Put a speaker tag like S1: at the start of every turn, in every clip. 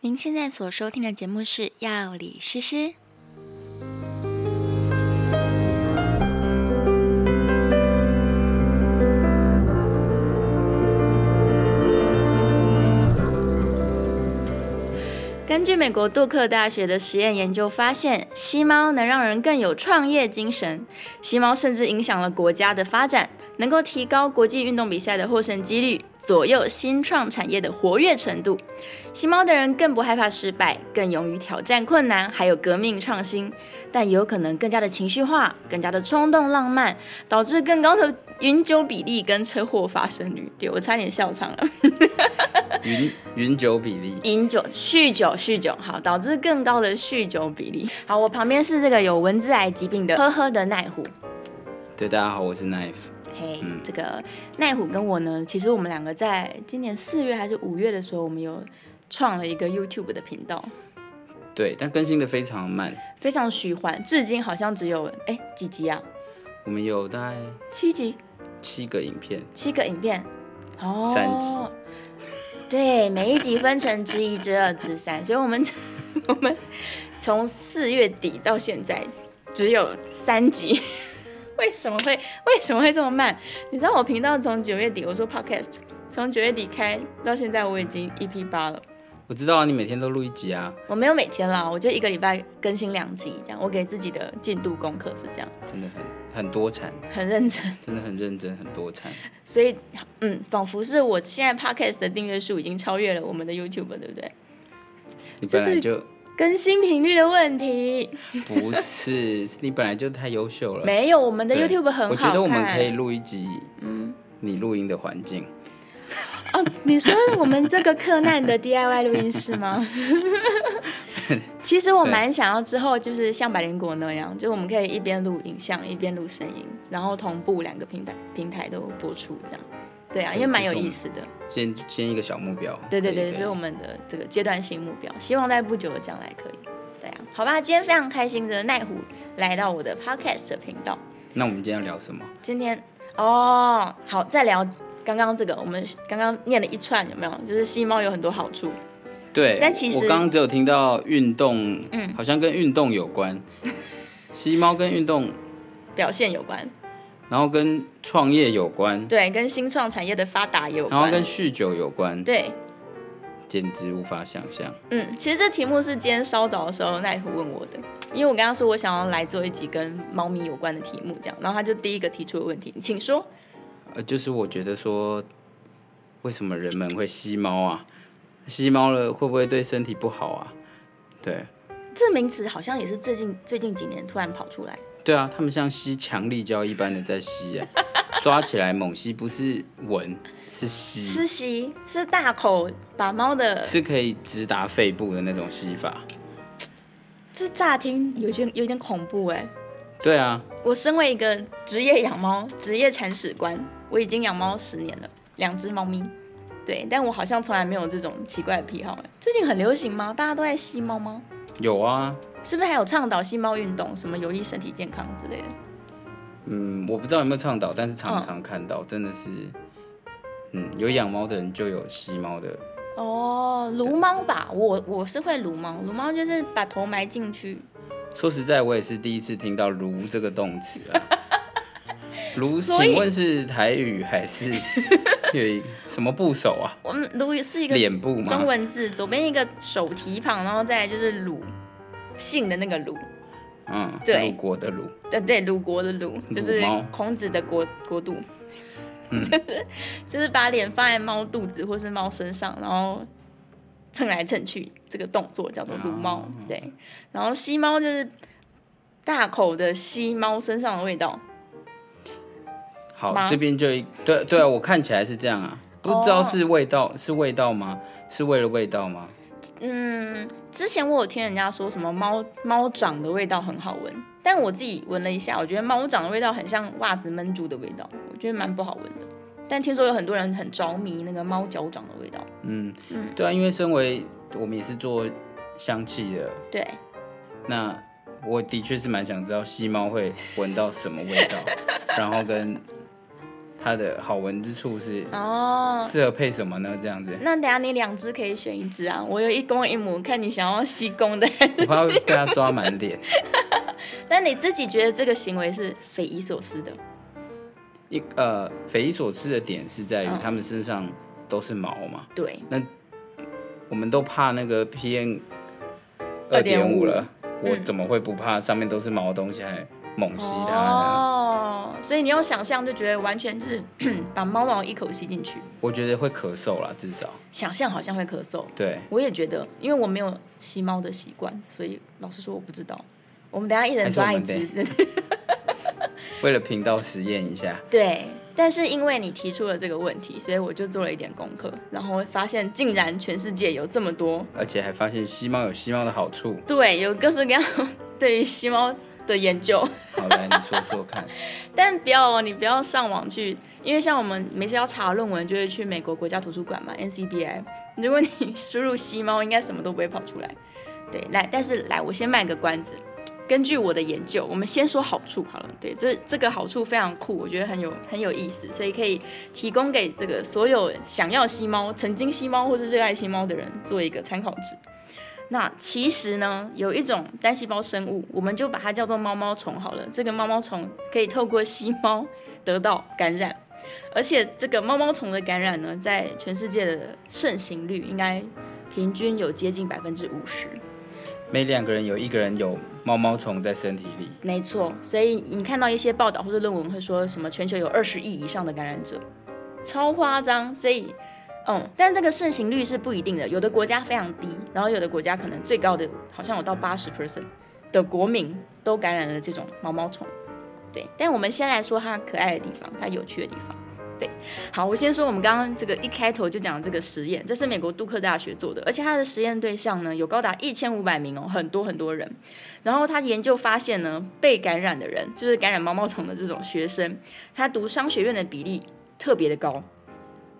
S1: 您现在所收听的节目是《药理诗诗》。根据美国杜克大学的实验研究发现，吸猫能让人更有创业精神。吸猫甚至影响了国家的发展，能够提高国际运动比赛的获胜几率，左右新创产业的活跃程度。吸猫的人更不害怕失败，更勇于挑战困难，还有革命创新，但也有可能更加的情绪化，更加的冲动浪漫，导致更高的饮酒比例跟车祸发生率。对我差点笑场了。
S2: 云云酒比例，
S1: 饮酒、酗酒、酗酒，好，导致更高的酗酒比例。 好，我旁边是这个有蚊子癌疾病的呵呵的奈虎。
S2: 对，大家好，我是 Knife。
S1: 嘿、这个奈虎跟我呢，其实我们两个在今年四月还是五月的时候，我们有创了一个 YouTube 的频道，
S2: 对，但更新的非常慢，
S1: 非常虚幻，至今好像只有哎几集啊，
S2: 我们有大概
S1: 七集，
S2: 七个影片，
S1: 七个影片，哦，
S2: 三集。
S1: 对，每一集分成之一、之二、之三，所以我们 我们从四月底到现在只有三集。 为什么会为什么会这么慢？你知道我频道从九月底，我说 podcast 从九月底开到现在，我已经 EP 八了。
S2: 我知道啊，你每天都录一集啊，
S1: 我没有每天啦，我就一个礼拜更新两集，这样我给自己的进度功课是这样，
S2: 真的很很多产，
S1: 很认真。
S2: 真的很认真，很多产。
S1: 所以，嗯，仿佛是我现在 podcast 的订阅数已经超越了我们的 YouTube，对不对？
S2: 你
S1: 这
S2: 本来
S1: 是
S2: 就
S1: 更新频率的问题。
S2: 不是， 是你本来就太优秀了。
S1: 没有，我们的
S2: 对
S1: YouTube 很好看。
S2: 我觉得我们可以录一集，嗯，你录音的环境，
S1: 哦，你说我们这个柯南的 DIY 录音室 吗？其实我蛮想要之后就是像百灵果那样，就我们可以一边录影像一边录声音，然后同步两个平台平台都播出这样。对啊，
S2: 对
S1: 因为蛮
S2: 这
S1: 有
S2: 是我
S1: 意
S2: 们
S1: 思的。
S2: 先先一个小目标。
S1: 对对
S2: 可以
S1: 对，这是我
S2: 可以
S1: 们的这个阶段性目标，希望在不久的将来可以。对啊，好吧，今天非常开心的奈虎来到我的 Podcast 频道。
S2: 那我们今天要聊什么？
S1: 今天哦，好，再聊刚刚这个，我们刚刚念了一串，有没有？就是吸猫有很多好处，
S2: 对，
S1: 但其实
S2: 我刚刚只有听到运动，嗯，好像跟运动有 关，吸猫跟运动，
S1: 表现有关，
S2: 然后跟创业有关，
S1: 对，跟新创产业的发达也有
S2: 然后
S1: 关，
S2: 跟酗酒有关，
S1: 对，
S2: 简直无法想象。
S1: 嗯，其实这题目是今天稍早的时候奈虎问我的，因为我跟他说我想要来做一集跟猫咪有关的题目，这样，然后他就第一个提出的问题，请说，
S2: 呃，就是我觉得说，为什么人们会吸猫啊？吸猫了会不会对身体不好啊？对，
S1: 这名词好像也是最近最近几年突然跑出来，
S2: 对啊，他们像吸强力胶一般的在吸啊， 抓起来猛吸，不是闻，是吸，
S1: 是吸，是大口把猫的，
S2: 是可以直达肺部的那种吸法。
S1: 这乍听有点有点恐怖哎、
S2: 对啊，
S1: 我身为一个职业养猫、职业铲屎官，我已经养猫十年了，两只猫咪。对，但我好像从来没有这种奇怪的癖好。欸最近很流行吗？大家都在吸猫吗？
S2: 有啊，
S1: 是不是还有倡导吸猫运动，什么有益身体健康之类的？
S2: 嗯，我不知道有没有倡导，但是
S1: 嗯
S2: 常常看到，真的是，嗯，有养猫的人就有吸猫的，
S1: 哦，撸猫吧，我我是会撸猫，撸猫就是把头埋进去，
S2: 说实在，我也是第一次听到“炉”这个动词 啊。炉，
S1: 所以
S2: 请问是台语还是粤语？什么部首啊？
S1: 我们撸是 一个
S2: 脸部吗？
S1: 中文字，左边一个手提旁，然后再来就是鲁，姓的那个鲁，
S2: 嗯，
S1: 对
S2: 鲁国的鲁。
S1: 对对，鲁国的鲁，就是
S2: 猫嗯
S1: 孔子的国国度， 就是就是把脸放在猫肚子或是猫身上，然后蹭来蹭去，这个动作叫做撸猫。
S2: 啊
S1: 对，然后吸猫就是大口的吸猫身上的味道，
S2: 好，
S1: 吗
S2: 这边就一对对啊，我看起来是这样啊，不知道
S1: 哦
S2: 是味道、是味道吗？是为了味道吗？
S1: 嗯，之前我有听人家说什么猫猫掌的味道很好闻，但我自己闻了一下，我觉得猫掌的味道很像袜子闷住的味道，我觉得蛮不好闻的。但听说有很多人很着迷那个猫脚掌的味道，
S2: 嗯，对啊，因为身为我们也是做香气的，
S1: 对。
S2: 那我的确是蛮想知道吸猫会闻到什么味道，然后跟它的好闻之处是
S1: 哦，
S2: 适合配什么呢？这样子，
S1: 那等下你两只可以选一只啊，我有一公一母，看你想要西公的。
S2: 我怕被它抓满脸。
S1: 但你自己觉得这个行为是匪夷所思的，
S2: 一呃，匪夷所思的点是在于
S1: 嗯
S2: 它们身上都是毛嘛，
S1: 对，
S2: 我们都怕那个 PM 二点五嗯了，我怎么会不怕上面都是毛的东西还猛吸它呢？
S1: 哦，所以你用想象就觉得完全就是 把猫毛一口吸进去，
S2: 我觉得会咳嗽啦，至少
S1: 想象好像会咳嗽。
S2: 对。
S1: 我也觉得，因为我没有吸猫的习惯，所以老实说我不知道。我们等下一人抓一
S2: 还
S1: 只
S2: 是， 为了频道实验一下，
S1: 对。但是因为你提出了这个问题，所以我就做了一点功课，然后发现竟然全世界有这么多
S2: 而且还发现吸猫有吸猫的好处。
S1: 对，有各式各样 对于吸猫的研究，
S2: 好，来你说 说看。
S1: 但不要哦，你不要上网去，因为像我们每次要查论文，就会去美国国家图书馆嘛 （NCBI）。如果你输入吸猫，应该什么都不会跑出来。对，来，但是来，我先卖个关子。根据我的研究，我们先说好处好了。对，这这个好处非常酷，我觉得很有很有意思，所以可以提供给这个所有想要吸猫、曾经吸猫或是热爱吸猫的人做一个参考值。那其实呢，有一种单细胞生物，我们就把它叫做猫猫虫好了。这个猫猫虫可以透过吸猫得到感染，而且这个猫猫虫的感染呢，在全世界的盛行率应该平均有接近百分之五十。
S2: 每两个人有一个人有猫猫虫在身体里，
S1: 没错，所以你看到一些报道或者论文会说什么全球有二十亿以上的感染者，超夸张。所以，嗯，但这个盛行率是不一定的，有的国家非常低，然后有的国家可能最高的好像有到八十 percent 的国民都感染了这种毛毛虫。对，但我们先来说它可爱的地方，它有趣的地方。对，好，我先说我们刚刚这个一开头就讲的这个实验，这是美国杜克大学做的，而且它的实验对象呢有高达一千五百名哦，很多很多人。然后他研究发现呢，被感染的人，就是感染毛毛虫的这种学生，他读商学院的比例特别的高，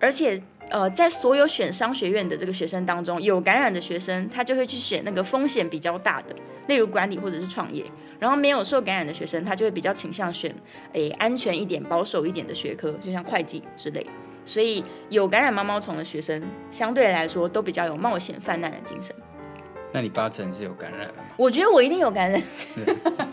S1: 而且呃，在所有选商学院的这个学生当中，有感染的学生，他就会去选那个风险比较大的，例如管理或者是创业。然后没有受感染的学生，他就会比较倾向选诶安全一点、保守一点的学科，就像会计之类。所以有感染毛毛虫的学生，相对来说都比较有冒险泛滥的精神。
S2: 那你八成是有感染了吗？
S1: 我觉得我一定有感染。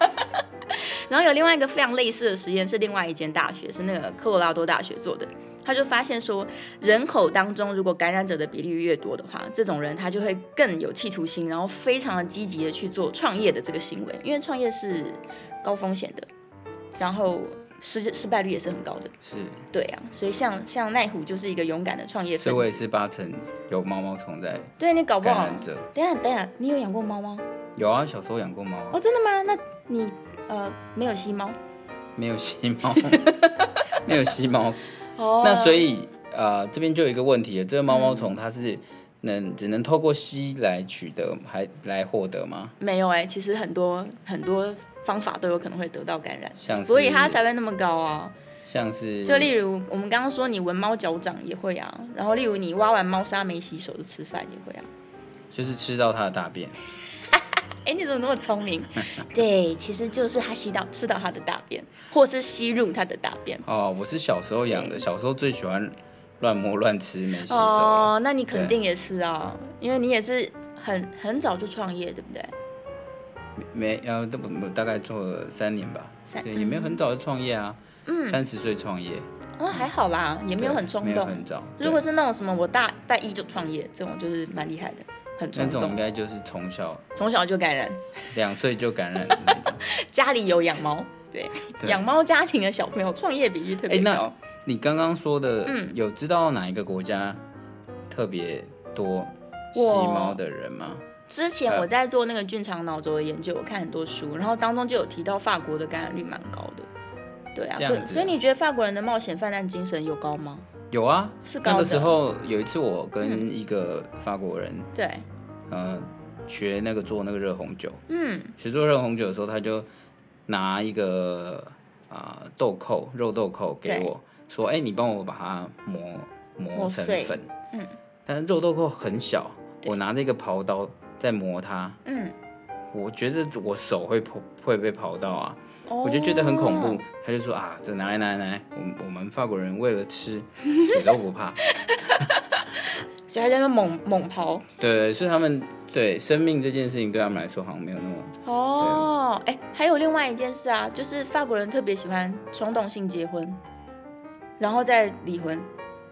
S1: 然后有另外一个非常类似的实验，是另外一间大学，是那个科罗拉多大学做的。他就发现说，人口当中如果感染者的比例越多的话，这种人他就会更有企图心，然后非常的积极的去做创业的这个行为，因为创业是高风险的，然后失失败率也是很高的。
S2: 是，
S1: 对啊，所以像像奈虎就是一个勇敢的创业
S2: 所
S1: 分
S2: 以我也
S1: 子。
S2: 是八成有猫猫虫在
S1: 对你搞不
S2: 感
S1: 好，
S2: 染者。
S1: 等一下等一下，你有养过猫吗？
S2: 有啊，小时候养过猫、啊
S1: 哦，，真的吗？那你呃没有吸猫？
S2: 没有吸 猫，没有吸猫。
S1: 哦，
S2: 那所以呃，这边就有一个问题了，这个猫猫虫它是能只能透过吸来取得，还来获得吗？
S1: 没有哎、其实很多很多方法都有可能会得到感染，
S2: 像是
S1: 所以它才会那么高啊。
S2: 像是
S1: 就例如我们刚刚说，你闻猫脚掌也会啊，然后例如你挖完猫砂没洗手就吃饭也会啊。
S2: 就是吃到它的大便，
S1: 哎，你怎么那么聪 明？对，其实就是它吸到吃到它的大便，或是吸入它的大便。
S2: 哦，我是小时候养的，小时候最喜欢乱摸乱吃，没洗手了。
S1: 哦，那你肯定也是啊，因为你也是很很早就创业，对不对？
S2: 没呃，这不不大概做了三年吧，
S1: 三嗯
S2: 对，也没有很早就创业啊，三十岁创业，
S1: 哦，还好啦，也没有
S2: 对
S1: 很冲
S2: 没有
S1: 动。
S2: 很早。
S1: 如果
S2: 对
S1: 是那种什么我大大一就创业，这种就是蛮厉害的，很
S2: 那
S1: 冲
S2: 种应
S1: 动，
S2: 该就是从小
S1: 从小就感染。
S2: 两岁就 感染的那种。
S1: 家里有养 猫，对，
S2: 对
S1: 养猫家庭的小朋友创业比率特
S2: 哎、
S1: 别高。
S2: 那你刚刚说的，
S1: 嗯
S2: 有知道哪一个国家特别多吸猫的人吗？
S1: 之前
S2: 呃
S1: 我在做那个菌肠脑轴的研究，我看很多书，然后当中就有提到法国的感染率蛮高的。对啊，
S2: 这样子
S1: 可所以你觉得法国人的冒险泛滥精神有高吗？
S2: 有啊，
S1: 是高的嗯
S2: 那个时候有一次我跟一个法国人，
S1: 对，
S2: 呃，学那个做那个热红酒，
S1: 嗯，
S2: 学做热红酒的时候，他就拿一个啊、呃豆蔻肉豆蔻给
S1: 对
S2: 我，说：“哎、你帮我把它磨磨
S1: 磨
S2: 成
S1: 碎
S2: 粉。”
S1: 嗯，
S2: 但是肉豆蔻很小，
S1: 对
S2: 我拿着一个刨刀在磨它，
S1: 嗯，
S2: 我觉得我手会跑会被跑到啊，
S1: 哦
S2: 我就觉得很恐怖。他就说啊，这拿来拿来拿来，我们我们法国人为了吃死都不怕。
S1: 所以他在那边猛猛刨。
S2: 对，所以他们对生命这件事情对他们来说好像没有那么
S1: 哦，哎，还有另外一件事啊，就是法国人特别喜欢冲动性结婚，然后再离婚，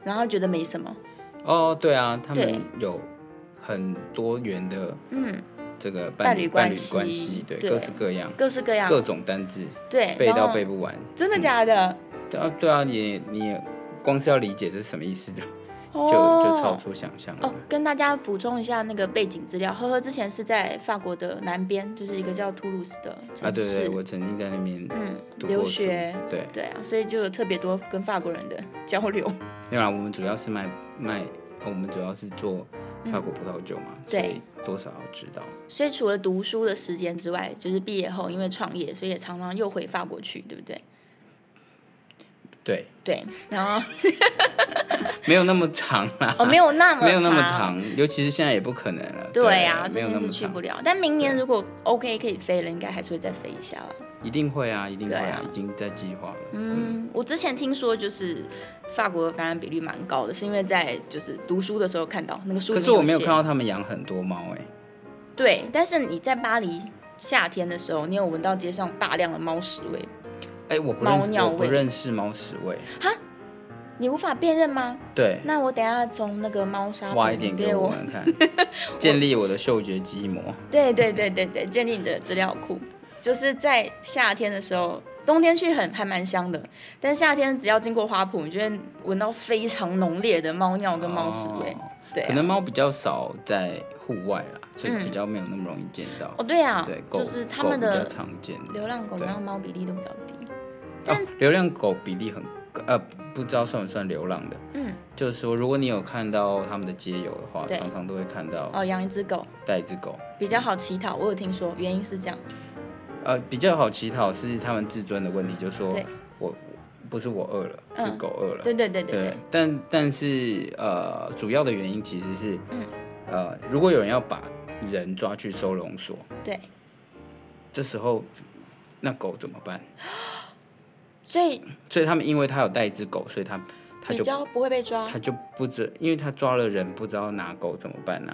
S1: 然后觉得没什么。
S2: 哦，对啊，他
S1: 对
S2: 们有很多元的
S1: 嗯，
S2: 这个伴
S1: 伴
S2: 侣
S1: 侣
S2: 伴
S1: 关
S2: 侣
S1: 系
S2: 关系，对，
S1: 对
S2: 各式各样，
S1: 各式各样
S2: 各。种单字
S1: 对，
S2: 背
S1: 然
S2: 到嗯
S1: 后
S2: 背不完。
S1: 真的假的？
S2: 对啊，对啊，你你也光是要理解这是什么意思，就就
S1: 哦
S2: 就超出想象了
S1: 哦。，跟大家补充一下那个背景资料，呵呵之前是在法国的南边，就是一个叫图鲁斯的城市。
S2: 啊，对对，我曾经在那边
S1: 嗯，
S2: 读
S1: 留
S2: 过书
S1: 学。
S2: 对，
S1: 对啊，所以就有特别多跟法国人的交流。
S2: 没有啦，我们主要是卖卖，呃我们主要是做法国葡萄酒嘛，所以
S1: 对
S2: 多少要知道。
S1: 所以除了读书的时间之外，就是毕业后因为创业，所以也常常又回法国去，对不对？
S2: 对，
S1: 对，然后
S2: 没有那么长啦，
S1: 哦没有 那么
S2: 没有那么。长，尤其是现在也不可能了。
S1: 对啊呀、
S2: 没
S1: 最
S2: 有那
S1: 近是
S2: 么
S1: 去
S2: 长
S1: 不，了，但明年
S2: 对
S1: 如果 OK 可以飞了，应该还是会再飞一下吧。
S2: 一定会啊，一定会
S1: 对
S2: 啊
S1: 啊，
S2: 已经在计划了。
S1: 嗯，我之前听说就是法国的感染比率蛮高的，是因为在就是读书的时候看到那个书。
S2: 可是我没有看。到他们养很多猫哎、
S1: 对，但是你在巴黎夏天的时候，你有闻到街上大量的猫屎味，
S2: 哎、我不认
S1: 猫
S2: 识，
S1: 尿
S2: 我不
S1: 味
S2: 认识猫屎味。
S1: 你无法辨认吗？
S2: 对，
S1: 那我等一下从那个猫砂
S2: 挖一
S1: 盆
S2: 点
S1: 对
S2: 给我
S1: 我
S2: 们看，建立我的嗅觉基模。
S1: 对对对对对，建立你的资料库，就是在夏天的时候，冬天去很还蛮香的，但夏天只要经过花圃，你就会闻到非常浓烈的猫尿跟猫屎味。
S2: 哦
S1: 对啊、
S2: 可能猫比较少在户外啦，所以
S1: 嗯
S2: 比较没有那么容易见到。
S1: 哦对啊，
S2: 对，狗
S1: 就是他们
S2: 狗比较
S1: 的
S2: 常见。
S1: 流浪狗、
S2: 对
S1: 流浪猫比例都比较低。
S2: 哦，流浪狗比例很高呃，不知道算不算流浪的。
S1: 嗯，
S2: 就是说，如果你有看到他们的街友的话，
S1: 对
S2: 常常都会看到
S1: 哦，养一只狗
S2: 带一只狗。
S1: 比较好乞讨，我有听说，原因是这样。
S2: 呃，比较好乞讨是他们自尊的问题，就说
S1: 对
S2: 我不是我饿了，
S1: 嗯
S2: 是狗饿了。
S1: 对对对对对，
S2: 但但是呃，主要的原因其实是，
S1: 嗯
S2: 呃，如果有人要把人抓去收容所，
S1: 对，
S2: 这时候那狗怎么办？
S1: 所以
S2: 所以他们因为他有带一只狗，所以他他
S1: 比
S2: 就
S1: 较不会被抓
S2: 他。就不知，因为他抓了人，不知道拿狗怎么办呢、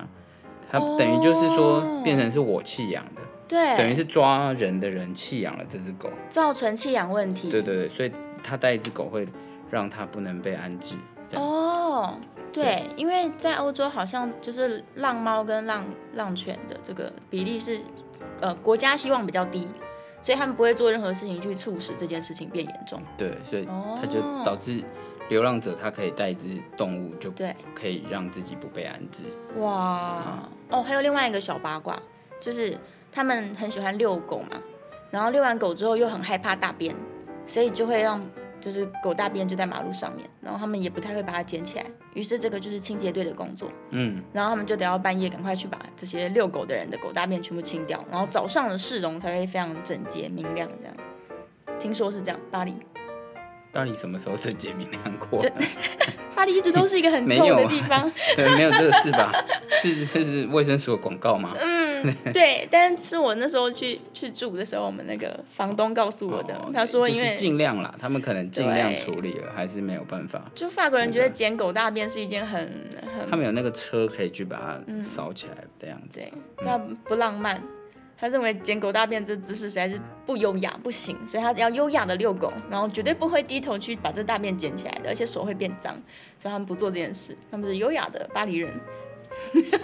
S2: 他
S1: 哦
S2: 等于就是说，变成是我弃养的，
S1: 对，
S2: 等于是抓人的人弃养了这只狗。
S1: 造成弃养问题。
S2: 对对对，所以他带一只狗会让它不能被安置。这样
S1: 哦，对，因为在欧洲好像就是浪猫跟浪浪犬的这个比例是，呃，国家希望比较低，所以他们不会做任何事情去促使这件事情变严重。
S2: 对，所以
S1: 哦
S2: 他就导致流浪者他可以带一只动物，就
S1: 对，
S2: 可以让自己不被安置。
S1: 哇，哦，还有另外一个小八卦，就是他们很喜欢遛狗嘛，然后遛完狗之后又很害怕大便，所以就会让。就是狗大便就在马路上面，然后他们也不太会把它捡起来，于是这个就是清洁队的工作。
S2: 嗯，
S1: 然后他们就得要半夜赶快去把这些遛狗的人的狗大便全部清掉，然后早上的市容才会非常整洁明亮。这样，听说是这样。巴黎，
S2: 到底什么时候整洁明亮过？ 啊
S1: 巴黎一直都是一个很
S2: 没
S1: 臭
S2: 有
S1: 的
S2: 啊
S1: 地方，
S2: 对，没有这个事吧？ 是是是卫生署的广告吗？
S1: 嗯啊对。但是我那时候去去住的时候，我们那个房东告诉我的，
S2: 哦
S1: 他说
S2: 就
S1: 因
S2: 是
S1: 为
S2: 尽量啦，他们可能尽量
S1: 对
S2: 处理了，还是没有办法。
S1: 就法国人觉得捡狗大便是一件很很
S2: 他们有那个车可以去把
S1: 嗯
S2: 它扫起来，这样子。
S1: 对，他不浪漫。他认为捡狗大便这姿势实在是不优雅，不行，所以他要优雅的遛狗，然后绝对不会低头去把这大便捡起来的，而且手会变脏，所以他们不做这件事，他们是优雅的巴黎人。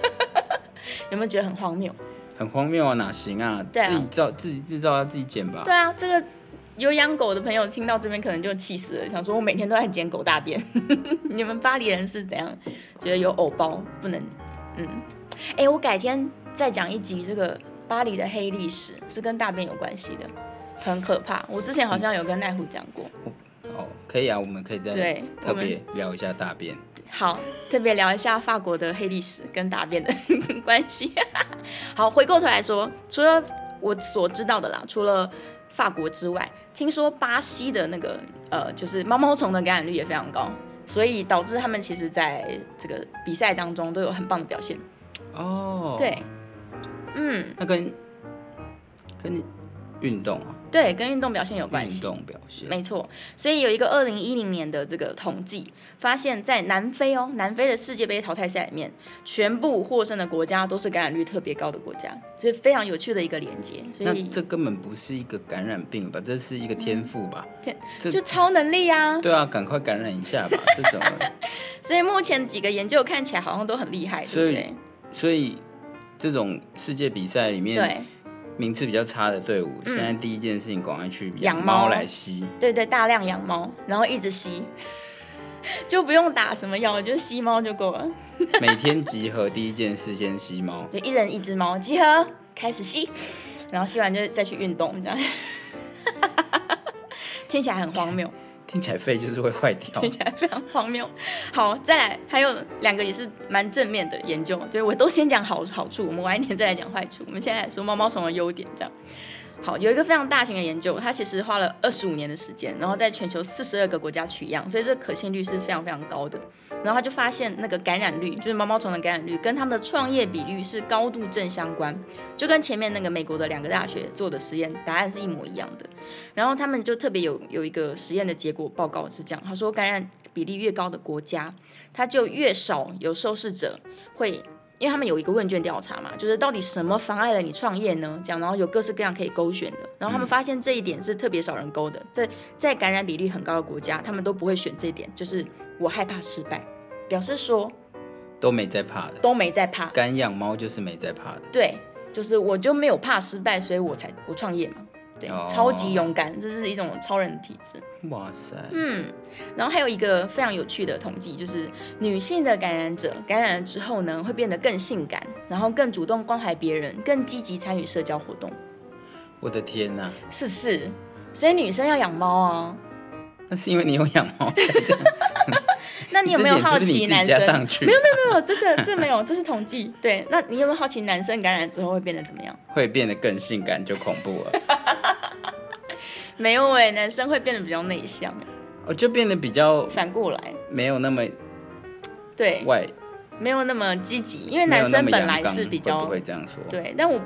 S1: 有没有觉得很荒谬？
S2: 很荒谬啊，哪行啊？
S1: 对啊
S2: 自己造自己制造要自己捡吧
S1: 对。啊，这个有养狗的朋友听到这边可能就气死了，想说我每天都在捡狗大便， 你们巴黎人是怎样？觉得有偶包不能？嗯，哎、我改天再讲一集这个巴黎的黑历史，是跟大便有关系的，很可怕。我之前好像有跟奈虎讲过，
S2: 哦，可以啊，我们可以再
S1: 对
S2: 特别聊一下大便。
S1: 好，特别聊一下法国的黑历史跟大便的 关系。好，回过头来说，除了我所知道的啦，除了法国之外，听说巴西的那个呃，就是毛毛虫的感染率也非常高，所以导致他们其实在这个比赛当中都有很棒的表现。
S2: 哦，，
S1: 对，嗯，
S2: 那跟跟你运动啊，
S1: 对，跟运动表现有关
S2: 运
S1: 系。
S2: 动表现，
S1: 没错，所以有一个二零一零年的这个统计，发现，在南非哦，南非的世界杯淘汰赛里面，全部获胜的国家都是感染率特别高的国家，所以非常有趣的一个连接。所
S2: 那
S1: 以
S2: 这根本不是一个感染 病吧？这是一个天赋吧？这
S1: 就超能力啊！
S2: 对啊，赶快感染一 下吧，这种。啊
S1: 所以目前几个研究看起来好像都很厉害，
S2: 所
S1: 对
S2: 以
S1: 不对？
S2: 所以这种世界比赛里面
S1: 对嗯
S2: 名次比较差的队伍，现在第一件事情赶快去
S1: 养猫
S2: 猫来吸。
S1: 对对，大量养猫，然后一直吸， 就不用打什么药，就吸猫就够了，
S2: 每天集合第一件事先吸猫，
S1: 就一人一只猫，集合 开始吸，然后吸完就再去运动，这样。 听起来很荒谬，
S2: 听起来肺就是会坏掉
S1: 听。起 来非常荒谬。好，再来，还有两个也是蛮正面的研究，就是我都先讲好好处，我们晚一点再来讲坏处。我们现在来说猫猫虫的优点，这样。好，有一个非常大型的研究，它其实花了二十五年的时间，然后在全球四十二个国家取样，所以这可信率是非常非常高的。然后他就发现那个感染率，就是毛毛虫的感染率，跟他们的创业比率是高度正相关，就跟前面那个美国的两个大学做的实验答案是一模一样的。然后他们就特别有有一个实验的结果报告是这样，他说感染比例越高的国家，它就越少有受试者会。因为他们有一个问卷调查嘛，就是到底什么妨碍了你创业呢？这样，然后有各式各样可以勾选的。然后他们发现这一点是特别少人勾的，在在感染比率很高的国家，他们都不会选这一点，就是我害怕失败。表示说
S2: 都没在怕的。
S1: 都没在怕，
S2: 敢养猫就是没在怕的，
S1: 对，就是我就没有怕失败，所以我才我创业嘛，对，
S2: 哦
S1: 超级勇敢，这是一种超人的体质。
S2: 哇塞！
S1: 然后还有一个非常有趣的统计，就是女性的感染者感染了之后呢，会变得更性感，然后更主动关怀别人，更积极参与社交活动，
S2: 我的天呐、
S1: 是不是？所以女生要养猫 啊。
S2: 那是因为你有养 猫，
S1: 那你有没有
S2: 这点
S1: 好
S2: 是不是
S1: 奇
S2: 你自己
S1: 男
S2: 加
S1: 生？
S2: 上去？
S1: 没有没有没有，这这这没有，这是统计。对，那你有没有好奇男生感染之后会变得怎么样？
S2: 会变得更性感就恐怖了，
S1: 没有哎、男生会变得比较内向、
S2: 我哦就变得比较
S1: 反过来，
S2: 没有那么
S1: 对，
S2: 外
S1: 没有那么积极，因为
S2: 没
S1: 男
S2: 有那
S1: 生
S2: 么
S1: 本
S2: 阳
S1: 来
S2: 刚
S1: 是比
S2: 会
S1: 较
S2: 不会这样说？
S1: 对，但我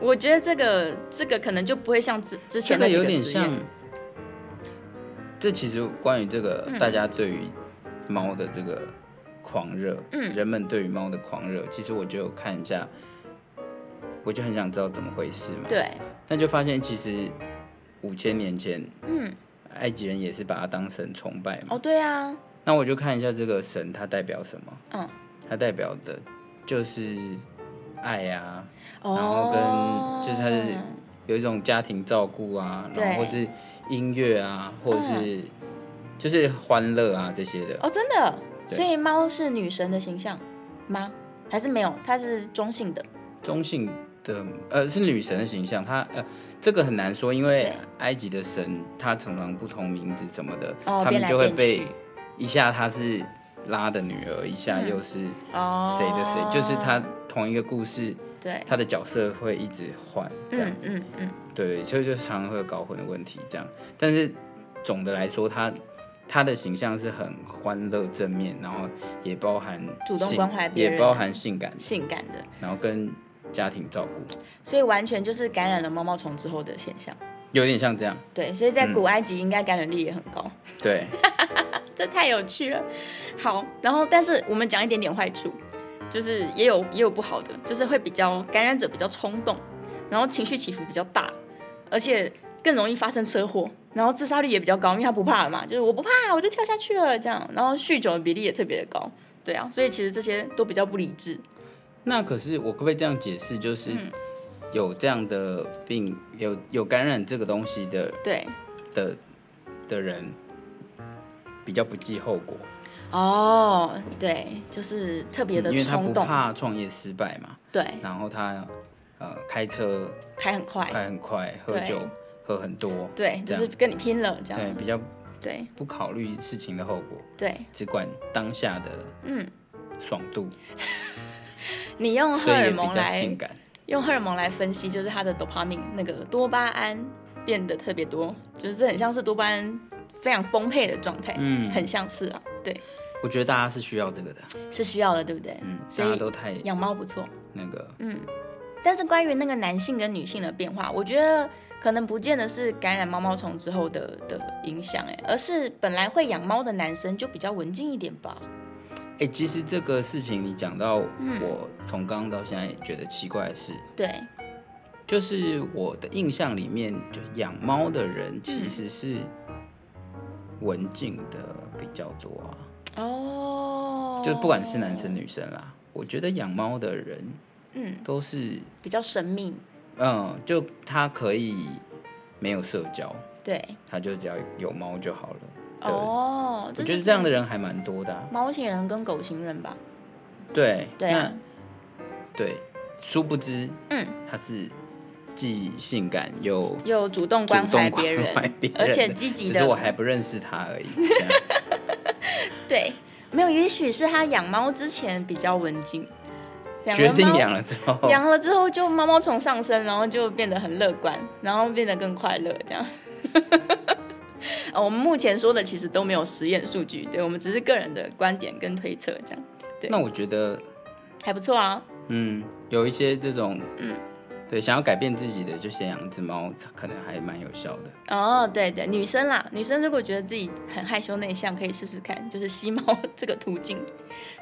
S1: 我觉得这个这个可能就不会像之之
S2: 这
S1: 前
S2: 个
S1: 的
S2: 有
S1: 几
S2: 点
S1: 实验
S2: 像，这其实关于这个、
S1: 嗯
S2: 大家对于猫的这个狂热，嗯，人们对于猫的狂热，其实我就有看一下，我就很想知道怎么回事嘛，
S1: 对
S2: 那就发现其实五千年前，嗯，埃及人也是把它当神崇拜嘛，
S1: 哦，对啊，
S2: 那我就看一下这个神它代表什么，
S1: 嗯，
S2: 它代表的就是爱呀、啊，
S1: 哦，
S2: 然后跟就是它是有一种家庭照顾啊，然后或
S1: 对嗯
S2: 是音乐啊，或者是、就是欢乐啊这些的。
S1: 哦，真的，
S2: 对
S1: 所以猫是女神的形象吗？还是没有？它是中性的，
S2: 中性的呃是女神的形象，她呃这个很难说，因为
S1: 对
S2: 埃及的神她常常不同名字什么的，
S1: 哦
S2: 他
S1: 变
S2: 们
S1: 来
S2: 就会
S1: 变
S2: 被
S1: 去
S2: 一下她是拉的女儿，一下又是
S1: 哦，
S2: 谁的谁，就是她同一个故事，
S1: 对，
S2: 她的角色会一直换这样
S1: 嗯
S2: 子。
S1: 嗯嗯，
S2: 对，所以就常常会有搞混的问题这样。但是总的来说，他他的形象是很欢乐正面，然后也包含
S1: 主动
S2: 性
S1: 关怀别人
S2: 也包含性感，
S1: 性感的，
S2: 然后跟家庭照顾，
S1: 所以完全就是感染了毛毛虫之后的现象。
S2: 有点像这样。
S1: 对，所以
S2: 嗯
S1: 在古埃及应该感染力也很高。
S2: 对，
S1: 这太有趣了。好，然后但是我们讲一点点坏处，就是也有也有不好的，就是会比较感染者比较冲动，然后情绪起伏比较大，而且更容易发生车祸，然后自杀率也比较高，因为他不怕了嘛，就是我不怕，我就跳下去了这样。然后酗酒的比例也特别的高，对啊，所以其实这些都比较不理智。
S2: 那可是我可不可以这样解释，就是
S1: 嗯
S2: 有这样的病，有有感染这个东西的
S1: 对，
S2: 的的人，比较不计后果，
S1: 哦，对，就是特别的
S2: 嗯因为他
S1: 冲
S2: 不
S1: 动，
S2: 怕创业失败嘛，
S1: 对，
S2: 然后他呃开车
S1: 开很快，
S2: 快很快，喝
S1: 对
S2: 酒喝很多，
S1: 对，
S2: 这
S1: 就
S2: 样
S1: 是跟你拼了这
S2: 对
S1: 样，
S2: 比较
S1: 对
S2: 不考虑事情的后果，
S1: 对。
S2: 只管当下的嗯爽度，
S1: 你用荷
S2: 所以
S1: 尔
S2: 也比
S1: 蒙
S2: 较
S1: 来
S2: 性感。
S1: 用荷尔蒙来分析，就是它的 dopamine 那个多巴胺变得特别多，就是这很像是多巴胺非常丰沛的状态，嗯，很像是啊，对，
S2: 我觉得大家是需要这个的，
S1: 是需要的，对不对？
S2: 嗯，
S1: 所
S2: 大家
S1: 以
S2: 都太
S1: 养猫不错，
S2: 那个，嗯，
S1: 但是关于那个男性跟女性的变化，我觉得可能不见得是感染毛毛虫之后的的影响，哎，而是本来会养猫的男生就比较文静一点吧。
S2: 哎、其实这个事情你讲到，
S1: 嗯
S2: 我从刚刚到现在也觉得奇怪的是，
S1: 对，
S2: 就是我的印象里面，就养猫的人
S1: 嗯
S2: 其实是文静的比较多啊，
S1: 哦，
S2: 就不管是男生女生啦，我觉得养猫的人
S1: 嗯，
S2: 都是，
S1: 比较神秘，
S2: 嗯，就他可以没有社交，
S1: 对，
S2: 他就只要有猫就好了。对
S1: 哦，
S2: 我
S1: 这
S2: 觉得
S1: 是
S2: 这样的人还蛮多的啊、
S1: 猫型人跟狗型人吧？
S2: 对，
S1: 对啊，
S2: 那对，殊不知
S1: 嗯，
S2: 他是既性感又
S1: 有主动
S2: 主
S1: 关
S2: 动
S1: 怀
S2: 关
S1: 别人，
S2: 怀别
S1: 而且
S2: 的
S1: 积极
S2: 只是
S1: 的
S2: 我还不认识 他而已。这样
S1: 对，没有，也许是他养猫之前比较文静，养
S2: 决
S1: 了
S2: 定
S1: 猫
S2: 养了之后，
S1: 养了之后就毛毛虫上升，然后就变得很乐观，然后变得更快乐这样。 呃我们目前说的其实都没有实验数据，对我们只是个人的观点跟推测，这样对
S2: 那我觉得，
S1: 还不错啊。
S2: 嗯，有一些这种，嗯，对，想要改变自己的，就先养只猫，可能还蛮有效的。
S1: 哦，对对，女生啦，女生如果觉得自己很害羞内向，可以试试看，就是吸猫 这个途径。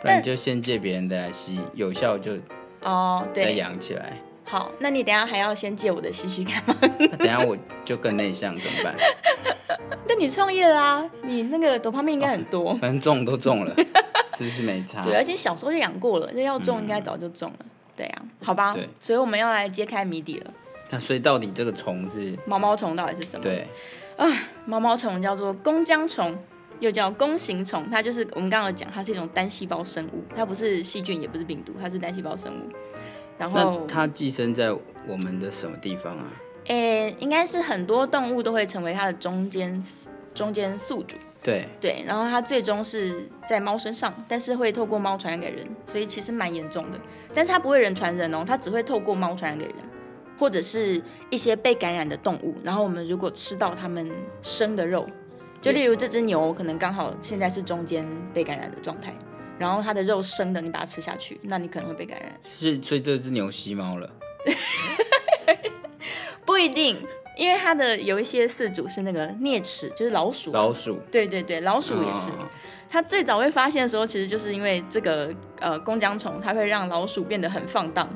S2: 不然你就先借别人的来吸，有效就
S1: 哦，
S2: 再
S1: 对，
S2: 养起来。
S1: 好，那你等一下还要先借我的吸吸看吗？
S2: 那等一下我就更内向，怎么办？
S1: 但你创业啦、你那个多巴胺应该很多。
S2: 反正中都中了，是不是没 差？
S1: 对，而且小时候就养过了，那要中应该早就中了。对呀、啊，好吧
S2: 嗯对，
S1: 所以我们要来揭开谜底了。
S2: 那所以到底这个虫是？
S1: 毛毛虫到底是什么？，
S2: 对，
S1: 毛毛虫叫做弓浆虫，又叫弓形虫，它就是我们刚刚有讲，它是一种单细胞生物，它不是细菌，也不是病毒，它是单细胞生物。然
S2: 那
S1: 后，
S2: 它寄生在我们的什么地方啊？
S1: 诶、应该是很多动物都会成为它的中间中间宿主。
S2: 对，
S1: 对，然后它最终是在猫身上，但是会透过猫传染给人，所以其实蛮严重的。但是它不会人传人哦，它只会透过猫传染给人，或者是一些被感染的动物。然后我们如果吃到它们生的肉，就例如这只牛，可能刚好现在是中间被感染的状态，然后它的肉生的，你把它吃下去，那你可能会被感染。
S2: 是所以这只牛吸猫了。
S1: 不一定，因为它的有一些饲主是那个啮齿，就是老鼠。啊
S2: 老鼠，
S1: 对对对，老鼠也是。
S2: 哦
S1: 它最早被发现的时候，其实就是因为这个呃弓浆虫，它会让老鼠变得很放荡。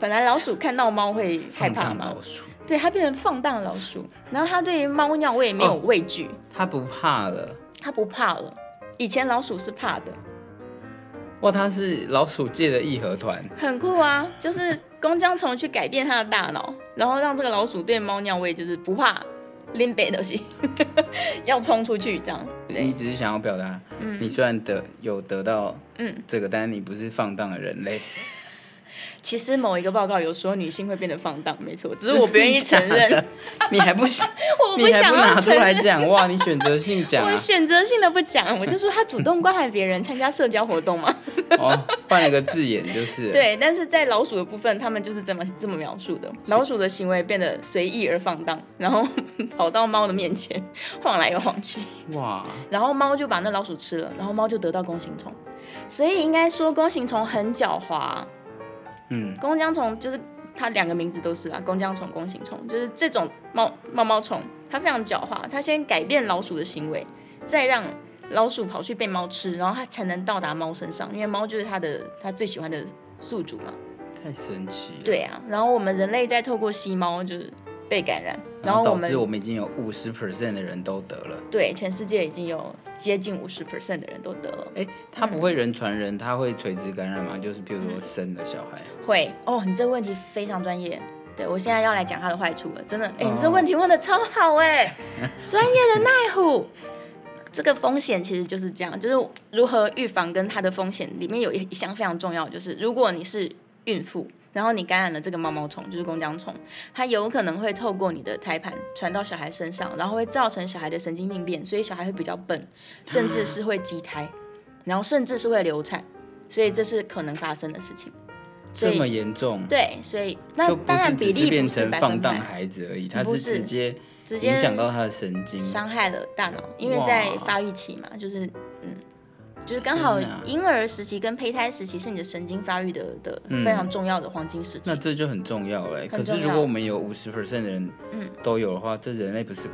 S1: 本来老鼠看到猫会害
S2: 放
S1: 怕
S2: 荡
S1: 嘛
S2: 老，鼠，
S1: 对，它变成放荡的老鼠。然后它对于猫尿味没有畏惧，
S2: 它不怕了。
S1: 它不怕了。以前老鼠是怕的，
S2: 哇，它是老鼠界的义和团，
S1: 很酷啊！就是弓浆虫去改变它的大脑，然后让这个老鼠对猫尿味就是不怕，拎北东西 要冲出去这样。
S2: 你只是想要表达，你虽然得有得到
S1: 嗯
S2: 这个，但是你不是放荡的人类。
S1: 其实某一个报告有说女性会变得放荡，没错，只是我不愿意承 认，
S2: 你还不想，
S1: 我
S2: 你还
S1: 想
S2: 不
S1: 要
S2: 拿出
S1: 承
S2: 来
S1: 认。
S2: 讲哇？你选择性讲
S1: 我
S2: 啊，
S1: 选择性的不讲，我就说他主动关怀别人，参加社交活动嘛。
S2: 哦，换了个字眼就是。，
S1: 对，但是在老鼠的部分，他们就是这么这么描述的：老鼠的行为变得随意而放荡，然后 跑到猫的面前晃来又晃去，
S2: 哇，
S1: 然后猫就把那老鼠吃了，然后猫就得到弓形虫。所以应该说弓形虫很狡猾，
S2: 嗯，
S1: 弓浆虫就是它两个名字都是啊，弓浆虫、弓形虫，就是这种猫猫猫虫，它非常狡猾，它先改变老鼠的行为，再让老鼠跑去被猫吃，然后它才能到达猫身上，因为猫就是它的它最喜欢的宿主嘛。
S2: 太神奇了。，
S1: 对啊，然后我们人类再透过吸猫就是被感染，然
S2: 然
S1: 后
S2: 后
S1: 我
S2: 哦导
S1: 们
S2: 致我们已经有五十 percent 的人都得了。
S1: 对全世界已经有接近五十 percent 的人都得了。
S2: 哎、
S1: 嗯
S2: 它不会人传人，它会垂直感染吗？就是譬如说生了小孩，
S1: 会哦，你这个问题非常专业。对我现在要来讲它的坏处了，真的，哎、
S2: 哦
S1: 你这个问题问的超好哎、专业的奈虎。这个风险其实就是这样，就是如何预防跟它的风险里面有一一项非常重要的，就是如果你是孕妇，然后你感染了这个毛毛虫，就是弓浆虫，它有可能会透过你的胎盘传到小孩身上，然后会造成小孩的神经病变，所以小孩会比较笨，甚至是会畸胎，然后甚至是会流产，所以这是可能发生的事情。所
S2: 这
S1: 以
S2: 么严重，
S1: 对，所以那
S2: 就不
S1: 当
S2: 是
S1: 然比
S2: 只是
S1: 例不
S2: 变
S1: 是
S2: 成
S1: 百
S2: 放
S1: 分
S2: 荡啊
S1: 百，
S2: 孩子而已，它
S1: 不
S2: 是
S1: 是
S2: 直接
S1: 直接
S2: 影响到他的神经。
S1: 伤害了大脑，因为在
S2: 哇
S1: 嗯发育期嘛，就是就是刚好
S2: 天哪
S1: 婴儿时期跟胚胎时期是你的神经发育的的
S2: 嗯
S1: 非常重要的黄金时期
S2: 那。这就很重要哎、
S1: 很
S2: 可
S1: 重要
S2: 是如果我们有五十 percent 的人
S1: 嗯
S2: 都有的话，这人类不是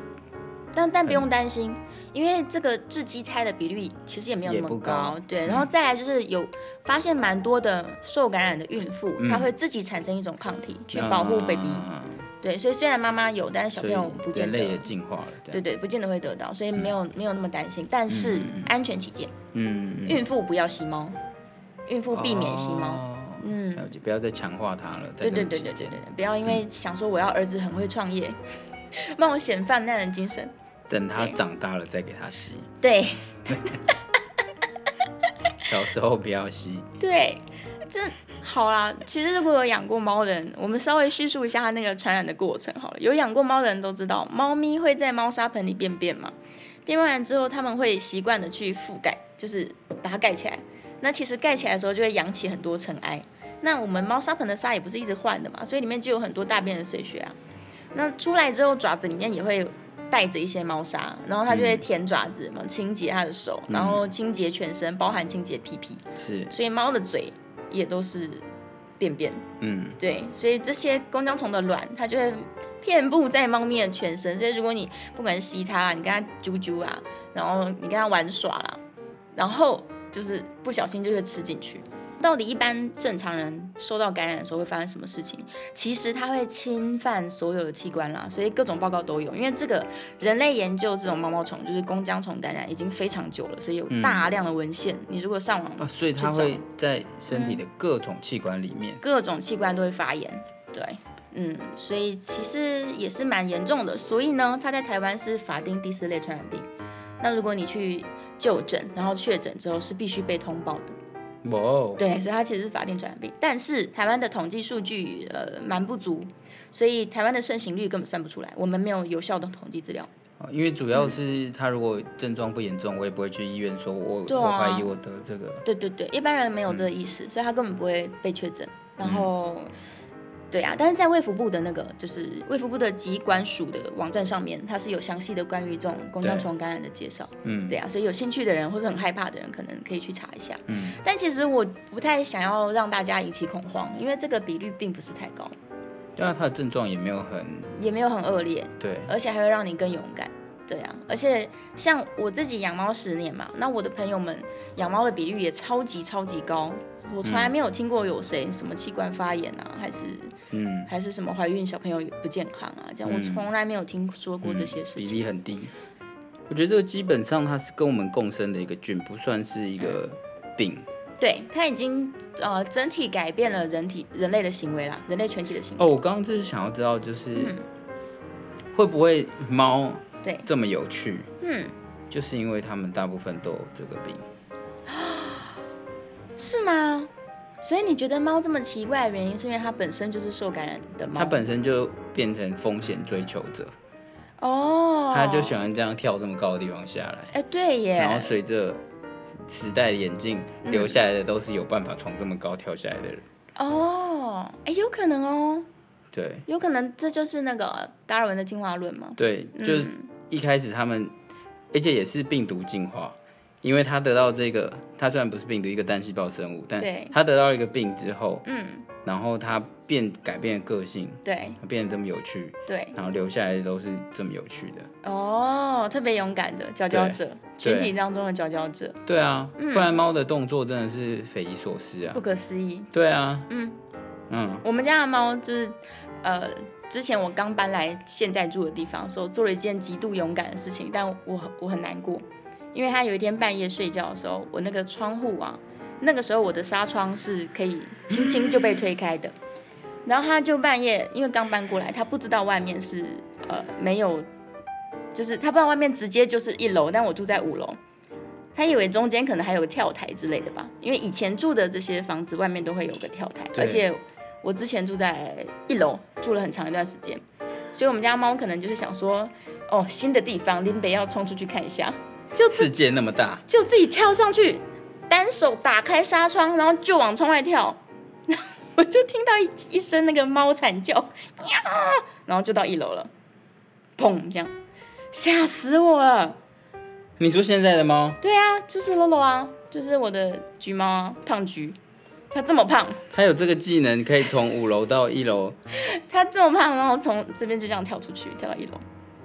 S1: 但但
S2: 嗯
S1: 不用担心，因为这个致畸胎的比率其实也没有那
S2: 也
S1: 么
S2: 不
S1: 高
S2: 高。
S1: 对，
S2: 嗯
S1: 然后再来就是有发现蛮多的受感染的孕妇，
S2: 嗯
S1: 她会自己产生一种抗体去保护 baby。
S2: 啊
S1: 对，所以虽然妈妈有，但是小
S2: 所
S1: 朋
S2: 以
S1: 友不见
S2: 人
S1: 得。
S2: 类也进化了，这
S1: 对
S2: 样，
S1: 对，不见得会得到，所以没有、没有那么担心。但是
S2: 嗯嗯
S1: 安全起见，
S2: 嗯，
S1: 孕妇不要吸猫，孕妇避免吸猫。
S2: 哦
S1: 嗯，
S2: 了解，不要再强化它了，在
S1: 对
S2: 这
S1: 对
S2: 种
S1: 对
S2: 期
S1: 对对对
S2: 间，
S1: 对，不要因
S2: 嗯
S1: 为想说我要儿子很会创业， 冒险泛滥的精神。
S2: 等它
S1: 对
S2: 长大了再给它吸，
S1: 对
S2: 小时候不要吸，
S1: 对，这好啦。其实如果有养过猫的人，我们稍微叙述一下它那个传染的过程好了。有养过猫的人都知道，猫咪会在猫砂盆里便便嘛，便便完之后，他们会习惯的去覆盖，就是把它盖起来。那其实盖起来的时候就会扬起很多尘埃。那我们猫砂盆的沙也不是一直换的嘛，所以里面就有很多大便的碎屑啊。那出来之后，爪子里面也会带着一些猫砂，然后它就会舔爪子嘛，清洁它的手，然后清洁全身，包含清洁屁屁。
S2: 是，
S1: 所以猫的嘴也都是便便。
S2: 嗯，
S1: 对，所以这些弓浆虫的卵，它就会遍布在猫咪的全身。所以如果你不管是吸它啦，你跟它啾啾啊，然后你跟它玩耍啦，然后就是不小心就会吃进去。到底一般正常人受到感染的时候会发生什么事情？其实它会侵犯所有的器官啦，所以各种报告都有。因为这个人类研究这种毛毛虫，就是弓浆虫感染已经非常久了，所以有大量的文献。你如果上网
S2: 啊，所以它
S1: 去找
S2: 会在身体的各种器官里面，
S1: 各种器官都会发炎。对，嗯，所以其实也是蛮严重的。所以呢，它在台湾是法定第四类传染病。那如果你去就诊，然后确诊之后是必须被通报的。
S2: 哇哦，
S1: 对，所以它其实是法定传染病。但是台湾的统计数据呃蛮不足，所以台湾的盛行率根本算不出来，我们没有有效的统计资料。
S2: 哦因为主
S1: 嗯
S2: 要是他如果症状不严重，我也不会去医院说我、
S1: 对啊
S2: 我怀疑我得这个。
S1: 对对对，一般人没有这个
S2: 嗯
S1: 意识，所以他根本不会被确诊。然后，对啊，但是在卫福部的那个就是卫福部的疾管署的网站上面，它是有详细的关于这种弓浆虫感染的介绍。
S2: 嗯
S1: 对啊，所以有兴趣的人或者很害怕的人，可能可以去查一下。
S2: 嗯，
S1: 但其实我不太想要让大家引起恐慌，因为这个比率并不是太高，
S2: 对啊，他的症状也没有很
S1: 也没有很恶劣。
S2: 对，
S1: 而且还会让你更勇敢。对啊，而且像我自己养猫十年嘛，那我的朋友们养猫的比率也超级超级高，我从来没有听过有谁什么器官发炎啊，还是
S2: 嗯，
S1: 还是什么怀孕小朋友不健康啊，这样我
S2: 嗯
S1: 从来没有听说过这些事
S2: 比
S1: 情。
S2: 例很低。我觉得这个基本上它是跟我们共生的一个菌，不算是一个病。
S1: 对，它已经呃整体改变了人体人类的行为啦，人类全体的行为。
S2: 哦，我刚刚就是想要知道，就是、
S1: 嗯
S2: 会不会猫
S1: 对，
S2: 这么有趣，
S1: 嗯，
S2: 就是因为它们大部分都有这个病。
S1: 是吗？所以你觉得猫这么奇怪的原因，是因为它本身就是受感染的猫？
S2: 它本身就变成风险追求者，
S1: 哦，
S2: 它就喜欢这样跳这么高的地方下来。
S1: 哎、对耶，
S2: 然后随着时代的演进，
S1: 嗯
S2: 留下来的都是有办法从这么高跳下来的人。
S1: 哦，哎，有可能哦，
S2: 对
S1: 有可能这就是那个达尔文的进化论吗？
S2: 对，就是一开始他们，而且也是病毒进化，因为他得到这个，他虽然不是病毒，一个单细胞生物，但
S1: 对
S2: 他得到一个病之后，
S1: 嗯，
S2: 然后他变改变了个性，
S1: 对
S2: 变得这么有趣，
S1: 对，
S2: 然后留下来的都是这么有趣的。
S1: 哦，特别勇敢的佼佼者，群体当中的佼佼者，
S2: 对啊，
S1: 嗯
S2: 不然猫的动作真的是匪夷所思啊
S1: 不。可思议。
S2: 对啊，
S1: 嗯
S2: 嗯，
S1: 我们家的猫就是，呃，之前我刚搬来现在住的地方的时候，做了一件极度勇敢的事情，但我很我很难过，因为它有一天半夜睡觉的时候，我那个窗户啊，那个时候我的纱窗是可以轻轻就被推开的，然后它就半夜，因为刚搬过来，它不知道外面是呃没有，就是它不知道外面直接就是一楼，但我住在五楼。它以为中间可能还有个跳台之类的吧，因为以前住的这些房子外面都会有个跳台，
S2: 对
S1: 而且我之前住在一楼，住了很长一段时间，所以我们家猫可能就是想说，哦，新的地方林北要冲出去看一下，就自
S2: 世界那么大，
S1: 就自己跳上去，单手打开纱窗，然后就往窗外跳， 然后我就听到一一声那个猫惨叫，呀，然后就到一楼了，砰，这样吓死我了。
S2: 你说现在的猫，
S1: 对啊，就是 Lolo 啊，就是我的橘猫啊，胖橘，它这么胖，
S2: 它有这个技能，可以从五楼到一楼。
S1: 它这么胖，然后从这边就这样跳出去，跳到一楼。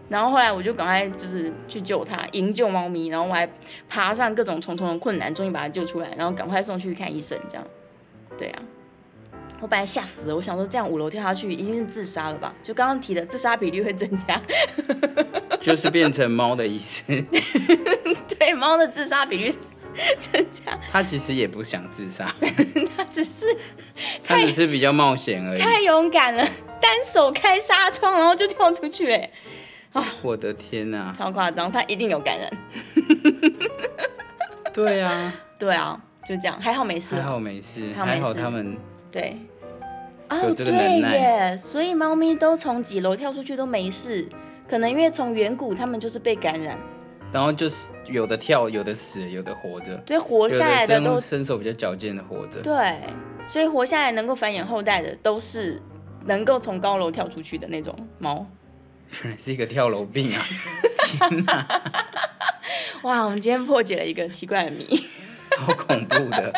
S1: 然后后来我就赶快就是去救它，营救猫咪，然后我还爬上各种重重的困难，终于把它救出来，然后赶快送去看医生，这样。对啊，我本来吓死了，我想说这样五楼跳下去一定是自杀了吧？就刚刚提的自杀比率会增加，
S2: 就是变成猫的意思。
S1: 对，猫的自杀比率增加，
S2: 它其实也不想自杀，
S1: 它只是
S2: 它只是比较冒险而已。
S1: 太勇敢了，单手开纱窗然后就跳出去、哎，
S2: 我的天啊哪、
S1: 超夸张，它一定有感染。
S2: 对啊，
S1: 对啊，就这样，还好没事
S2: 还。好没事，
S1: 还好没
S2: 还好
S1: 事
S2: 他们
S1: 对，
S2: 有
S1: 哦，
S2: 这个能
S1: 对
S2: 耐
S1: 耶，所以猫咪都从几楼跳出去都没事，可能因为从远古它们就是被感染，
S2: 然后就是有的跳，有的死，有的活着，
S1: 所以活
S2: 有
S1: 下来
S2: 的
S1: 的都
S2: 身身手比较矫健的活着。
S1: 对，所以活下来能够繁衍后代的都是能够从高楼跳出去的那种猫。
S2: 原来是一个跳楼病啊，
S1: 哇，我们今天破解了一个奇怪的谜。
S2: 超恐怖的。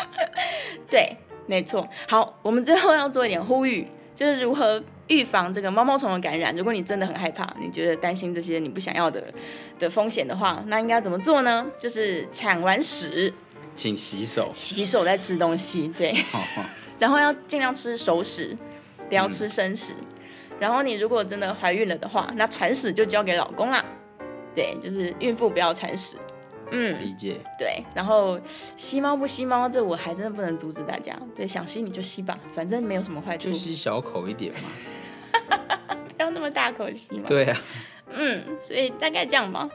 S1: 对，没错。好，我们最后要做一点呼吁，就是如何预防这个猫猫虫的感染。如果你真的很害怕，你觉得担心这些你不想要的的风险的话，那应该怎么做呢？就是铲完屎，
S2: 请洗手。哦
S1: 洗手再吃东西，对，
S2: 好好
S1: 然后要尽量吃熟食，不要吃生食。然后你如果真的怀孕了的话，那铲屎就交给老公啦。对，就是孕妇不要铲屎。嗯，
S2: 理解。
S1: 对，然后吸猫不吸猫，这我还真的不能阻止大家。对，想吸你就吸吧，反正没有什么坏处
S2: 就，吸小口一点嘛。
S1: 不要那么大口吸嘛。
S2: 对啊，
S1: 嗯，所以大概这样吧。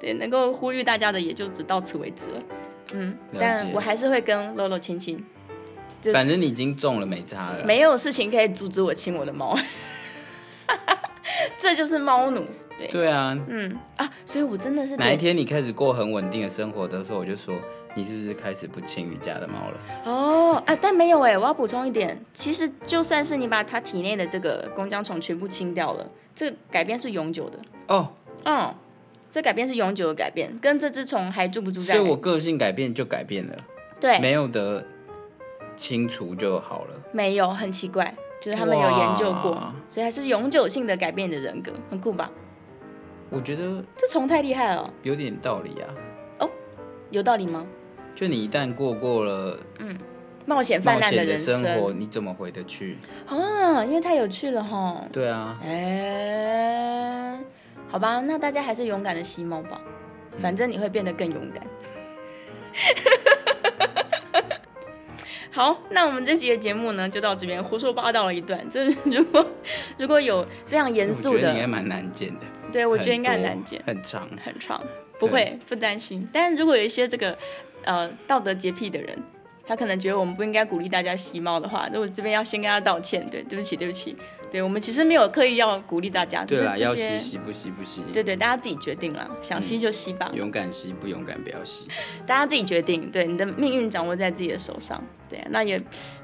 S1: 对，能够呼吁大家的也就只到此为止了。嗯，
S2: 了
S1: 但
S2: 解
S1: 我还是会跟 Lolo 亲亲，就是
S2: 反正你已经中了，没差了。
S1: 没有事情可以阻止我亲我的猫， 这就是猫奴。对，
S2: 对啊，
S1: 嗯啊，所以我真的是
S2: 哪一
S1: 对
S2: 天你开始过很稳定的生活的时候，我就说你是不是开始不亲你家的猫了？
S1: 哦啊，但没有哎、我要补充一点，其实就算是你把它体内的这个弓浆虫全部清掉了，这个改变是永久的。
S2: 哦，
S1: 嗯，这改变是永久的改变，跟这只虫还住不住
S2: 所
S1: 在
S2: 以我个性改变就改变了，
S1: 对
S2: 没有得清除就好了。
S1: 没有，很奇怪，就是他们有研究过
S2: 哇，
S1: 所以还是永久性的改变你的人格，很酷吧？
S2: 我觉得
S1: 这虫太厉害了，
S2: 有点道理啊，
S1: 有道理吗？
S2: 就你一旦过过了
S1: 冒险泛
S2: 冒
S1: 滥
S2: 险
S1: 人
S2: 的
S1: 生
S2: 生活，你怎么回得去？
S1: 啊，因为太有趣了哈。
S2: 对啊，
S1: 哎，好吧，那大家还是勇敢的吸猫吧，
S2: 嗯
S1: 反正你会变得更勇敢。 好，那我们这期的节目呢，就到这边胡说八道了一段。这如果如果有非常严肃
S2: 我觉得你应该
S1: 的，
S2: 蛮难剪的。
S1: 对我觉得应该很
S2: 多
S1: 难剪，
S2: 很长。
S1: 很长，不会不担心。但是如果有一些这个呃道德洁癖的人，他可能觉得我们不应该鼓励大家吸猫的话，那我这边要先跟他道歉，对，对不起，对不起，对我们其实没有刻意要鼓励大家，只
S2: 对
S1: 是
S2: 啦，
S1: 这
S2: 要嗯
S1: 些
S2: 吸吸不吸不吸，
S1: 对对，大家自己决定啦，想吸就吸吧，
S2: 勇敢吸不勇敢不要吸。
S1: 大家自己决定。对，你的命运掌握在自己的手上。对，那也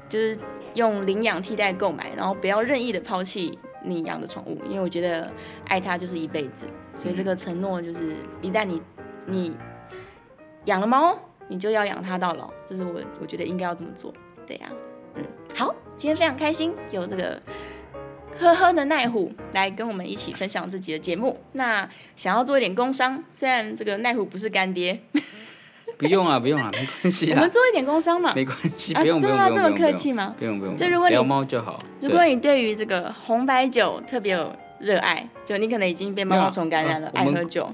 S1: 就是用领养替代购买，然后不要任意的抛弃你养的宠物，因为我觉得爱它就是一辈子，所以这个承诺就是，一旦你你养了猫，你就要养它到老，这是我我觉得应该要这么做。对呀、嗯，好，今天非常开心，有这个呵呵的奈虎来跟我们一起分享自己的节目。那想要做一点工商，虽然这个奈虎不是干爹，
S2: 不用啊，不用啊，没关系
S1: 我
S2: 啦
S1: 们，做一点工商嘛。
S2: 没关系，
S1: 啊
S2: 不用不
S1: 真的
S2: 用
S1: 吗
S2: 不用，
S1: 这么
S2: 不用
S1: 客气吗
S2: 不用不用，
S1: 就如果你
S2: 聊猫就好。
S1: 如果
S2: 对
S1: 你对于这个红白酒特别有热爱，就你可能已经被猫猫虫感染了，
S2: 没
S1: 爱
S2: 有啊
S1: 喝酒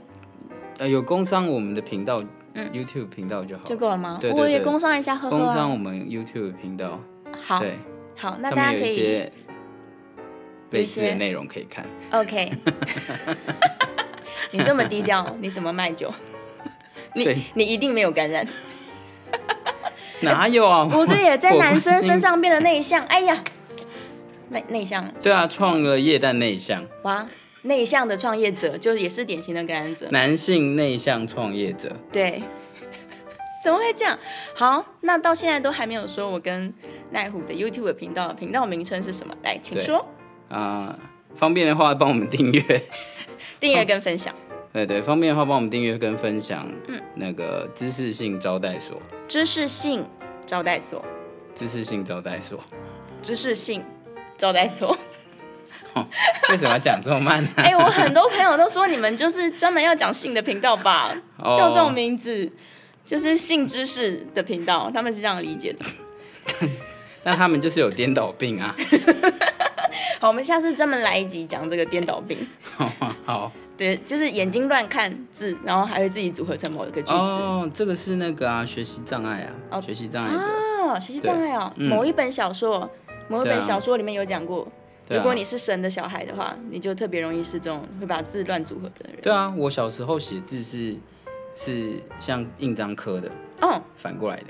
S2: 呃有工商我们的频道，YouTube 频道就好
S1: 嗯就。够了吗？
S2: 对对对
S1: 我也工商一下喝喝、
S2: 工商
S1: 啊。
S2: 我们 YouTube 频道，
S1: 好
S2: 对，
S1: 好，那
S2: 上
S1: 大
S2: 面
S1: 家
S2: 有
S1: 可
S2: 一
S1: 以
S2: 些类似
S1: 有一
S2: 的
S1: 些
S2: 内容可以看。
S1: OK。你这么低调，你怎么卖酒？你
S2: 所以
S1: 你一定没有感 染。
S2: 哪有啊？
S1: 我对耶，在
S2: 我
S1: 男生
S2: 关心
S1: 身。上变得内向。哎呀，内内向
S2: 对啊，创了液氮内向，
S1: 哇，内向的创业者就也是典型的感染者。
S2: 男性内向创业者，
S1: 对， 怎么会这样？好，那到现在都还没有说我跟奈虎的 YouTube 频道频道名称是什么？来，请
S2: 对
S1: 说，
S2: 啊、方便的话帮我们订阅，
S1: 订阅跟分享。
S2: 对对，方便的话帮我们订阅跟分享，嗯，那个知识性招待所，
S1: 知识性招待所，
S2: 知识性招待所，
S1: 知识性招待所。
S2: 为什么要讲这么慢呢、
S1: 哎、我很多朋友都说你们就是专门要讲性的频道吧，
S2: 哦
S1: 叫这种名字，就是性知识的频道，他们是这样理解的。
S2: 那他们就是有颠倒病啊。
S1: 好，我们下次专门来一集讲这个颠倒病，
S2: 好，
S1: 对，就是眼睛乱看字，然后还会自己组合成某一个句子。
S2: 哦，这个是那个啊，学习障碍啊，
S1: 哦
S2: 学习障碍者。
S1: 哦，学习障碍哦，
S2: 对嗯
S1: 某一本小说，某一
S2: 对啊
S1: 本小说里面有讲过，
S2: 对啊
S1: 如果你是神的小孩的话，你就特别容易是这种会把字乱组合的人。
S2: 对啊，我小时候写字是是像印章刻的，
S1: 哦，
S2: 反过来的。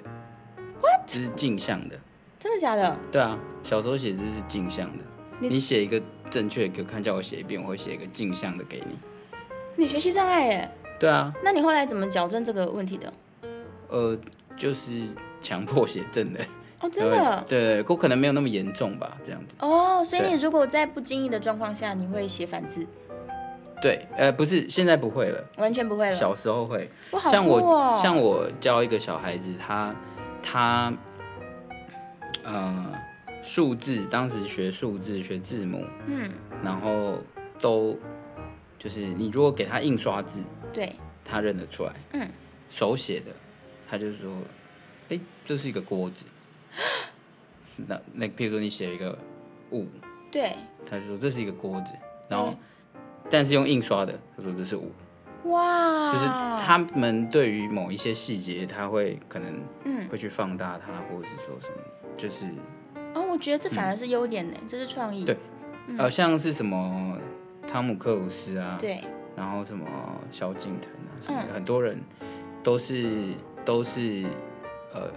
S2: 这是镜像的。
S1: 真的假的？
S2: 对啊，小时候写字是镜像的。
S1: 你
S2: 你写一个正确的给我看，叫我写一遍，我会写一个镜像的给你。
S1: 你学习障碍耶？
S2: 对啊，
S1: 那你后来怎么矫正这个问题的？
S2: 呃，就是强迫写正的。
S1: 哦， 真的。
S2: 对对，对我可能没有那么严重吧，这样子。
S1: 哦，所以
S2: 对
S1: 你如果在不经意的状况下，你会写反字，
S2: 对，呃，不是，现在不会了，
S1: 完全不会了。
S2: 小时候会。
S1: 我好
S2: 像
S1: 酷
S2: 我、
S1: 哦！
S2: 像我教一个小孩子，他他呃数字，当时学数字学字母，
S1: 嗯，
S2: 然后都就是你如果给他印刷字，
S1: 对，
S2: 他认得出来，
S1: 嗯，
S2: 手写的，他就说，哎、这是一个锅子。那那譬如说你写一个五，
S1: 对，
S2: 他就说这是一个锅子，然
S1: 嗯
S2: 后、但是用印刷的，他说这是五。
S1: 哇，
S2: 就是他们对于某一些细节，他会可能
S1: 嗯
S2: 会去放大它，或者是说什么，就是
S1: 哦，我觉得这反而是优点呢，这是创意。
S2: 对呃像是什么汤姆克鲁斯啊，
S1: 嗯对，嗯
S2: 然后什么萧敬腾啊什么的，很多人都是都是呃，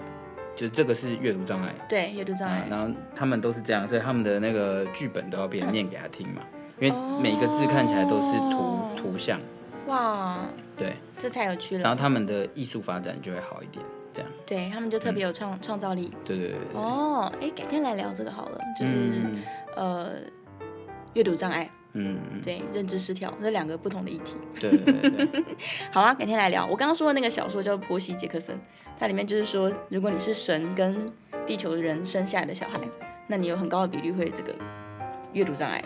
S2: 就是这个是阅读障碍，
S1: 对，阅读障
S2: 啊
S1: 碍，
S2: 然后他们都是这样，所以他们的那个剧本都要别人念给他听嘛，因
S1: 哦
S2: 为每一个字看起来都是图图像，
S1: 哇，
S2: 对，
S1: 这太有趣
S2: 然
S1: 了。
S2: 后他们的艺术发展就会好一点，这样，
S1: 对他们就特别
S2: 嗯
S1: 有创创造力。
S2: 对对对对对。
S1: 哦，哎，改天来聊这个好了，就是
S2: 嗯
S1: 呃，阅读障碍，
S2: 嗯，嗯
S1: 对，认知失调，这两个不同的议题。
S2: 对对对对对，
S1: 好啊，改天来聊。我刚刚说的那个小说叫《波西·杰克森》，它里面就是说，如果你是神跟地球人生下来的小孩，那你有很高的比率会这个阅读障碍。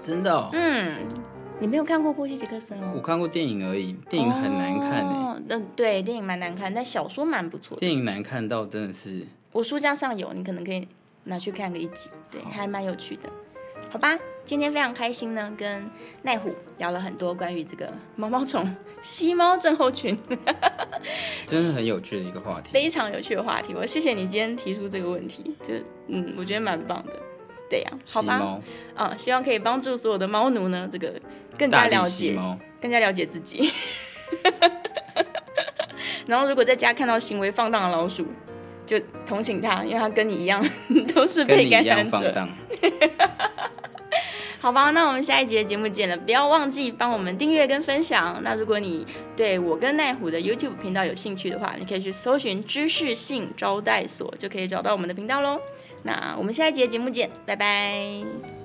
S2: 真的、哦，
S1: 嗯，你没有看过《波西·杰克森》
S2: 我
S1: 哦？
S2: 看过电影而已，电影很难看欸诶、
S1: 哦。那、对，电影蛮难看，但小说蛮不错的。
S2: 电影难看到真的是，
S1: 我书架上有，你可能可以拿去看个一集，对，还蛮有趣的。好吧，今天非常开心呢，跟奈虎聊了很多关于这个毛毛虫、吸猫症候群
S2: 真是很有趣的一个话题。
S1: 非常有趣的话题，我谢谢你今天提出这个问题，就嗯，我觉得蛮棒的。对呀、
S2: 吸
S1: 好吧，
S2: 猫，
S1: 嗯，希望可以帮助所有的猫奴呢，这个更加
S2: 大力
S1: 了
S2: 吸
S1: 解，
S2: 猫，
S1: 更加了解自己。 然后，如果在家看到行为放荡的老鼠，就同情它，因为它跟你一样 都是
S2: 跟你
S1: 被
S2: 一
S1: 感
S2: 样
S1: 染
S2: 放
S1: 者。
S2: 荡。
S1: 好吧，那我们下一集的节目见了，不要忘记帮我们订阅跟分享。那如果你对我跟奈虎的 YouTube 频道有兴趣的话，你可以去搜寻“知识性招待所”，就可以找到我们的频道喽。那我们下一集的节目见，拜拜。